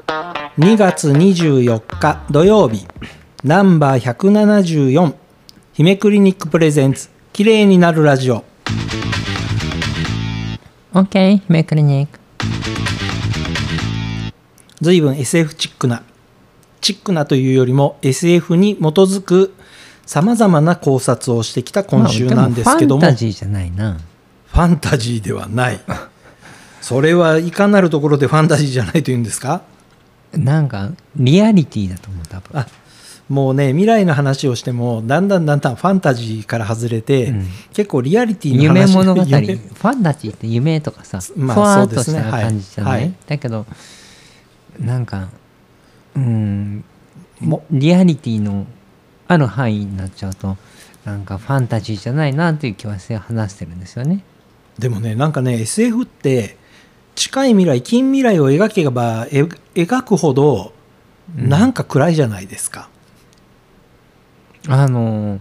2月24日土曜日ナンバー174姫クリニックプレゼンツ綺麗になるラジオ OK 姫クリニック随分 SF チックなチックなというよりも SF に基づくさまざまな考察をしてきた今週なんですけども,、まあフでファンタジーじゃないなァンタジーではないそれはいかなるところでファンタジーじゃないというんですかなんかリアリティだと思う多分あもうね未来の話をしてもだんだんだんだんファンタジーから外れて、うん結構リアリティの夢話物語フ 夢ァンタジーって夢とかさふまあわーっとそうしですたね感じじゃない、はいはいだけどなんかうんもリアリティのある範囲になっちゃうとなんかファンタジーじゃないなっていう気はして話してるんですよね。でもねなんかね SF って近い未来近未来を描けばえ描くほどうんなんか暗いじゃないですか、あのー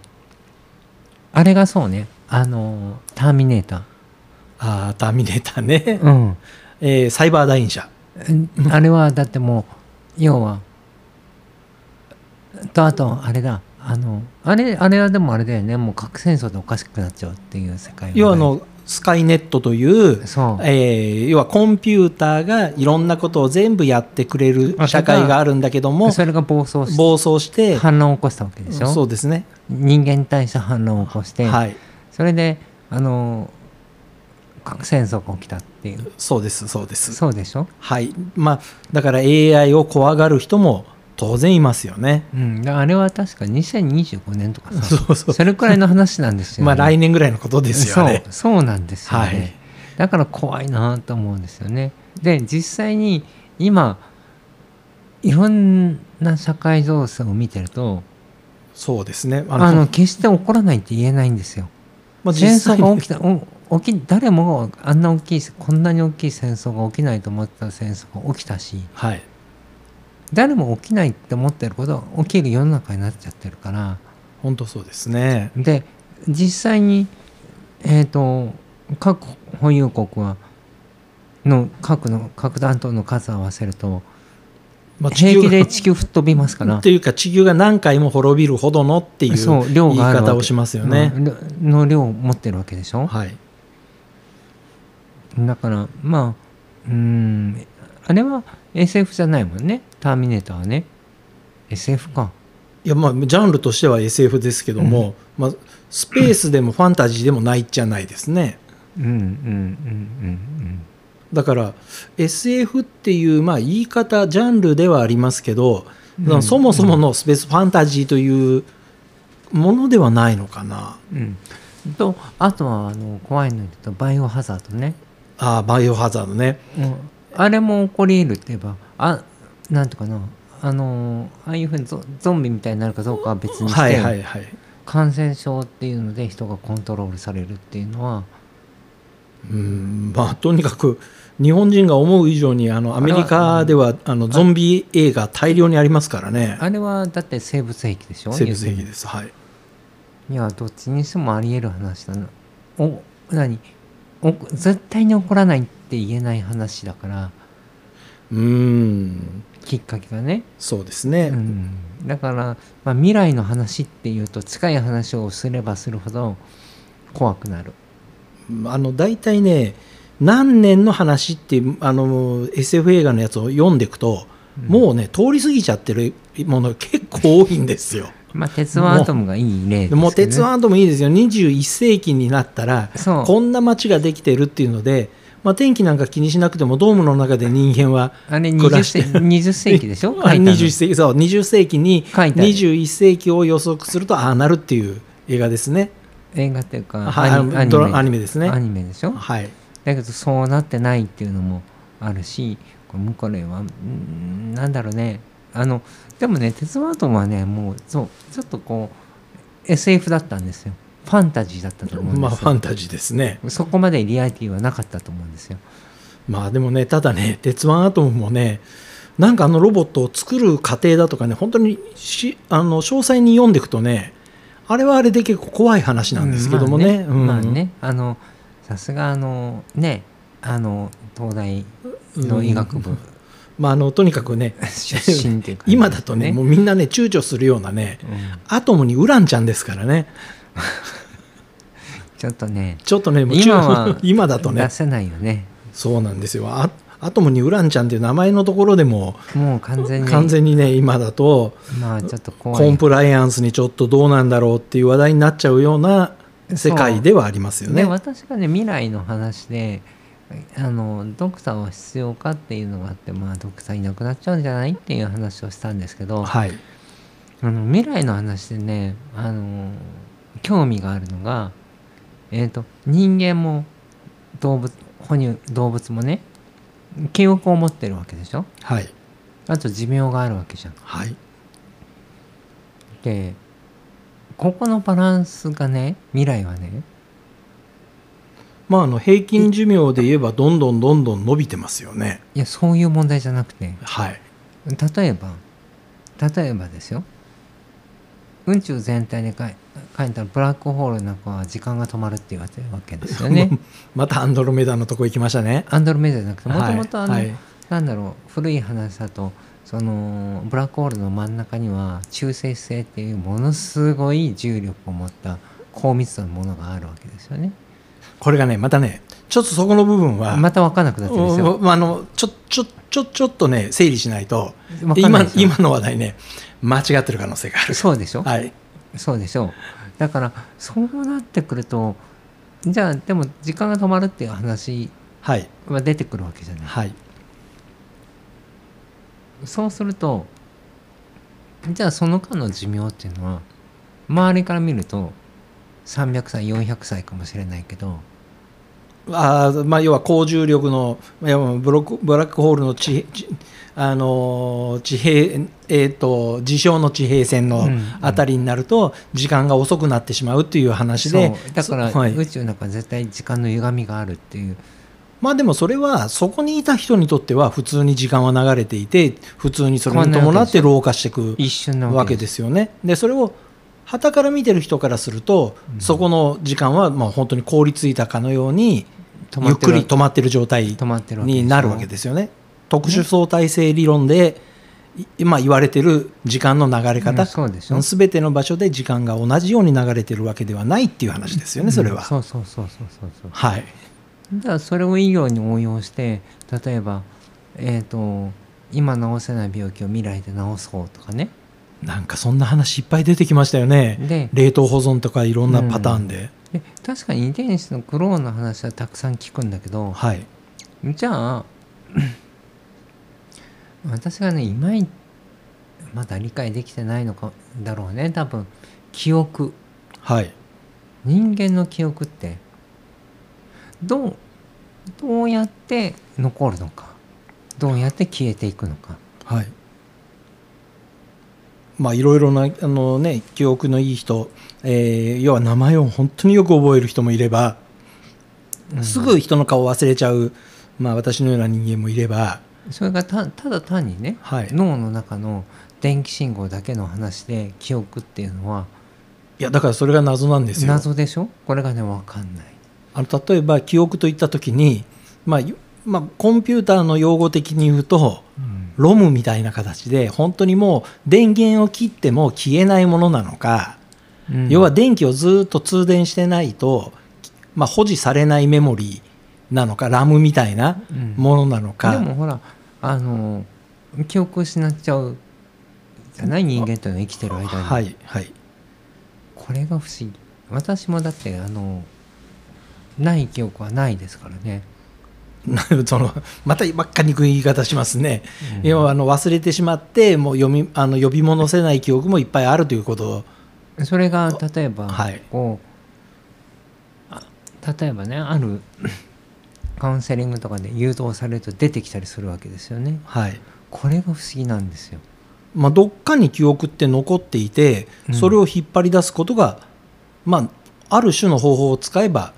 あれがそうねあのーターミネータああターミネーターねー、、うん、えーサイバーダイン社うんあれはだってもう要はとあとあれだあのあれあれはでもあれだよねもう核戦争でおかしくなっちゃうっていう世界要はあのスカイネットという、そうえー要はコンピューターがいろんなことを全部やってくれる社会があるんだけどもそれが暴走し暴走して反乱を起こしたわけでしょそうですね、人間に対して反乱を起こして、はいそれであの核戦争が起きたっていうそうですそうですそうでしょ、はいまあだから AI を怖がる人も当然いますよねうん、だからあれは確か2025年とかさそうそうそれくらいの話なんですよ、ね、まあ来年ぐらいのことですよねそうそうなんですよね、はいだから怖いなと思うんですよねで実際に今いろんな社会情勢を見てるとそうですねああのの決して起こらないって言えないんですよまあ、戦実際争がに起きたお起き誰もがあんな大きいこんなに大きい戦争が起きないと思ってた戦争が起きたしはい誰も起きないって思ってることが起きる世の中になっちゃってるから本当そうですねで実際に、えー、と核保有国はの核の核弾頭の数を合わせるとまあ平気でが地球吹っ飛びますからというか地球が何回も滅びるほどのっていうそう言量いがあるわけ方をしますよね、うんの量を持ってるわけでしょ、はいだからまあうーんあれは SF じゃないもんねターミネーターはね SF かいやまあジャンルとしては SF ですけども、まあ、スペースでもファンタジーでもないじゃないですねうんうんうんうんだから SF っていうまあ言い方ジャンルではありますけど、うんそもそものスペースファンタジーというものではないのかなうんうんとあとはあの怖いので言うとバイオハザードねあーバイオハザードねうんあれも起こり得るって言えばあなんとかなあのーああいうふうにゾゾンビみたいになるかどうかは別にして、はいはいはい感染症っていうので人がコントロールされるっていうのはうんまあとにかく日本人が思う以上にあのアメリカではあのゾンビ映画大量にありますからねあれはだって生物兵器でしょ生物兵器要ですはいするにいやどっちにしてもあり得る話だなお何お絶対に起こらないって言えない話だからうんきっかけがね、そうですね、うん、だから、まあ、未来の話っていうと近い話をすればするほど怖くなる。あの大体ね何年の話ってあの SF 映画のやつを読んでいくと、うんもうね通り過ぎちゃってるものが結構多いんです よ。まあ、鉄腕アトムがいい例でですよね。もう鉄腕でもいいですよ21世紀になったらそうこんな街ができてるっていうので、まあ、天気なんか気にしなくてもドームの中で人間 はあれ暮ら20して世 ,20 世紀 でしょ書いたの21世紀そう20世紀に書いてある21世紀を予測するとああなるっていう映画ですね。映画っていうかはいアニあのドラアアニニメメですね。アニメでしょはい、だけどそうなってないっていうのもあるしこれもうこれはうんなんだろうねあのでもね鉄腕アトムはねもうそうちょっとこう SF だったんですよファンタジーだったと思うんですよ、まあファンタジーですね。そこまでリアリティはなかったと思うんですよまあでもねただね鉄腕アトムもねなんかあのロボットを作る過程だとかね本当にしあの詳細に読んでいくとねあれはあれで結構怖い話なんですけどもね。うんまあうんね,、あのさすがあのねあの東大の医学部まあ、あのとにかくね出身っていう か、今だとねもうみんなね躊躇するようなねうんアトムにウランちゃんですからねちょっとねちょっとねもう躊今は 今だとね出せないよねそうなんですよあアトムにウランちゃんっていう名前のところでももう完全に完全にね今だとまあちょっと怖いコンプライアンスにちょっとどうなんだろうっていう話題になっちゃうような世界ではありますよね。で私がね未来の話であのドクターは必要かっていうのがあってまあドクターいなくなっちゃうんじゃないっていう話をしたんですけど、はい、あの未来の話でねあの興味があるのが、えー、と人間も動物哺乳動物もね記憶を持ってるわけでしょはい、あと寿命があるわけじゃん。はい、でここのバランスがね未来はねまああの平均寿命で言えばどんどんどんどん伸びてますよね。いやそういう問題じゃなくてはい、例えば例えばですよ宇宙全体で書い書いたらブラックホールなんかは時間が止まるって言われてるわけです よね。またアンドロメダのとこ行きましたね。アンドロメダじゃなくてもともとあの、はいはいなんだろう古い話だとそのブラックホールの真ん中には中性子星っていうものすごい重力を持った高密度のものがあるわけですよね。これがねまたねちょっとそこの部分は、また分かんなくなってるんですよ。まああのちょちょちょちょっとね整理しないとわかんな今いでしょ今の話題ね間違ってる可能性がある。そうでしょ、はい、そうでしょうだからそうなってくるとじゃあでも時間が止まるっていう話はい、は出てくるわけじゃないはい、そうするとじゃあその間の寿命っていうのは周りから見ると300歳400歳かもしれないけどあーまあ、要は高重力のいやブロックブラックホールの地地あのー地平、えー、と事象の地平線のうんあたりになると時間が遅くなってしまうっていう話で、そうだからそはい宇宙の中は絶対時間の歪みがあるっていうまあでもそれはそこにいた人にとっては普通に時間は流れていて普通にそれに伴って老化していく一瞬なわわけけですすよね。でそれを傍から見てる人からすると、うんそこの時間はまあ本当に凍りついたかのように止まゆっってくるり止まってる状態止まってるわけでしょになるわけですよね。特殊相対性理論で、今言われてる時間の流れうん方、そうでしょすべての場所で時間が同じように流れてるわけではないっていう話ですよね、それうんは。そうそうそうそうそうそうはい。じゃあそれを医療に応用して例えば、えー、と今治せない病気を未来で治そうとかねなんかそんな話いっぱい出てきましたよね。で冷凍保存とかいろんなパターンで。で確かに遺伝子のクローンの話はたくさん聞くんだけどはい。じゃあ 私がねいまいまだ理解できてないのかだろうね多分記憶はい。人間の記憶ってどうどうやって残るのかどうやって消えていくのかはい。まあいろいろなあの、ね、記憶のいい人、えー要は名前を本当によく覚える人もいれば、うんすぐ人の顔を忘れちゃう、まあ、私のような人間もいれば、それがたただ単にねはい、脳の中の電気信号だけの話で記憶っていうのはいやだからそれが謎なんですよ謎でしょこれがね分かんないあの例えば記憶といった時に、まあゆまあ、コンピューターの用語的に言うとロムみたいな形で本当にもう電源を切っても消えないものなのか、うん要は電気をずっと通電してないと、まあ、保持されないメモリーなのかラムみたいなうんものなのか、でもほらあの記憶失っちゃうじゃない人間というのは生きてる間に、はいはい これが不思議私もだってあのない記憶はないですからね、そのまたばっかり言い方しますね、うん要はあの忘れてしまってもう読みあの呼び戻せない記憶もいっぱいあるということそれが例えば、はいこうあ例えばねある カウンセリングとかで誘導されると出てきたりするわけですよねはいこれが不思議なんですよまあ、どっかに記憶って残っていてうんそれを引っ張り出すことが、まあ、ある種の方法を使えば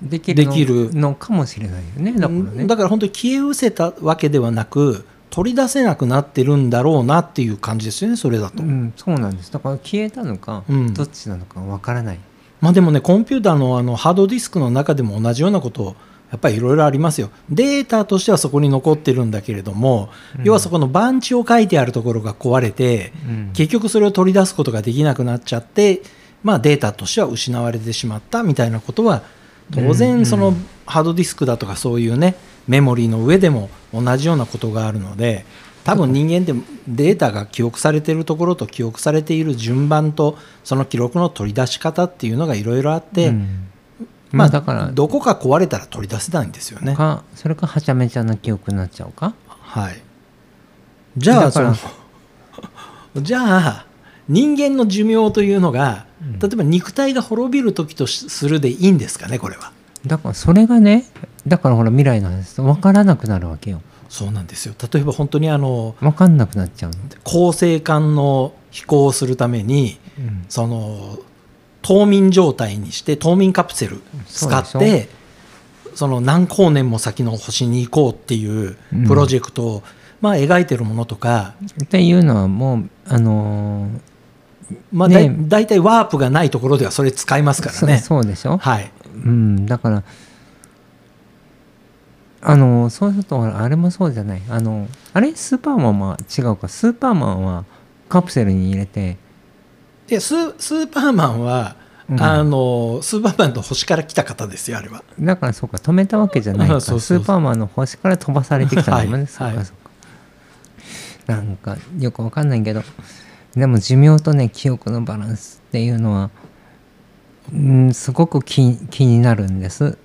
できるのできるのかもしれないよねだからねだから本当に消え失せたわけではなく取り出せなくなってるんだろうなっていう感じですよねそれだと、うん、そうなんですだから消えたのか、うんどっちなのかわからないまあ、でもねコンピューターのあのハードディスクの中でも同じようなことをやっぱりいろいろありますよデータとしてはそこに残ってるんだけれども、うん要はそこの番地を書いてあるところが壊れて、うん結局それを取り出すことができなくなっちゃって、まあ、データとしては失われてしまったみたいなことは当うんうん然そのハードディスクだとかそういうねメモリーの上でも同じようなことがあるので多分人間ってデータが記憶されているところと記憶されている順番とその記録の取り出し方っていうのがいろいろあって、うんまあだからどこか壊れたら取り出せないんですよね。かそれかはちゃめちゃな記憶になっちゃうかはい、じゃあだそからの じゃあ人間の寿命というのが、うん例えば肉体が滅びる時としするでいいんですかねこれはだからそれがねだからほら未来の話分からなくなるわけよそうなんですよ例えば本当にあの分かんなくなっちゃうの、恒星間の飛行をするためにうんその冬眠状態にして冬眠カプセル使っそうでてその何光年も先の星に行こうっていううんプロジェクトを、まあ描いてるものとか、っていうのはもうあのーまあねだい大体ワープがないところではそれ使いますからね。そそうでしょ、はい、うんだからあのーそうするとほらあれもそうじゃないあのーあれスーパーマンは違うかスーパーマンはカプセルに入れて、でススーパーマンは、うんあのスーパーマンの星から来た方ですよあれはだからそうか止めたわけじゃないかあそうそうそうスーパーマンの星から飛ばされてきたんだもんはね、いそうはかいそうかなんかよくわかんないけどでも寿命とね記憶のバランスっていうのはうんすごく気気になるんです、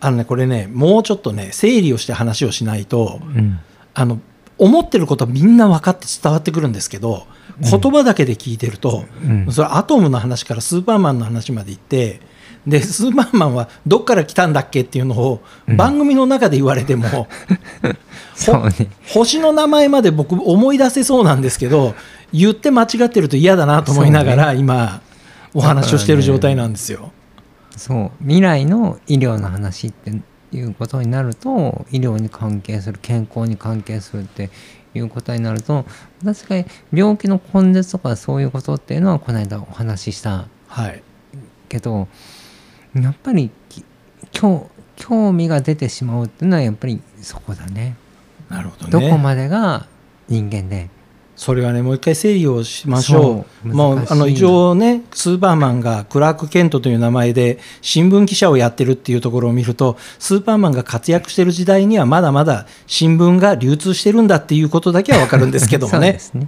あのねこれねもうちょっとね整理をして話をしないとうんあの思ってることはみんな分かって伝わってくるんですけどうん言葉だけで聞いてると、うんそれアトムの話からスーパーマンの話まで行ってでスーパーマンはどっから来たんだっけっていうのをうん番組の中で言われても、そうね星の名前まで僕思い出せそうなんですけど言って間違ってると嫌だなと思いながら今お話をしてる状態なんですよ。そう未来の医療の話っていうことになると医療に関係する健康に関係するっていうことになると確かに病気の根絶とかそういうことっていうのはこの間お話ししたはい、けどやっぱりき興興味が出てしまうっていうのはやっぱりそこだねなるほどどこね。までが人間でそれはねもう一回整理をしましょそうう。もう難しいあの一応ねスーパーマンがクラーク・ケントという名前で新聞記者をやってるっていうところを見るとスーパーマンが活躍してる時代にはまだまだ新聞が流通してるんだっていうことだけは分かるんですけども そうでねすね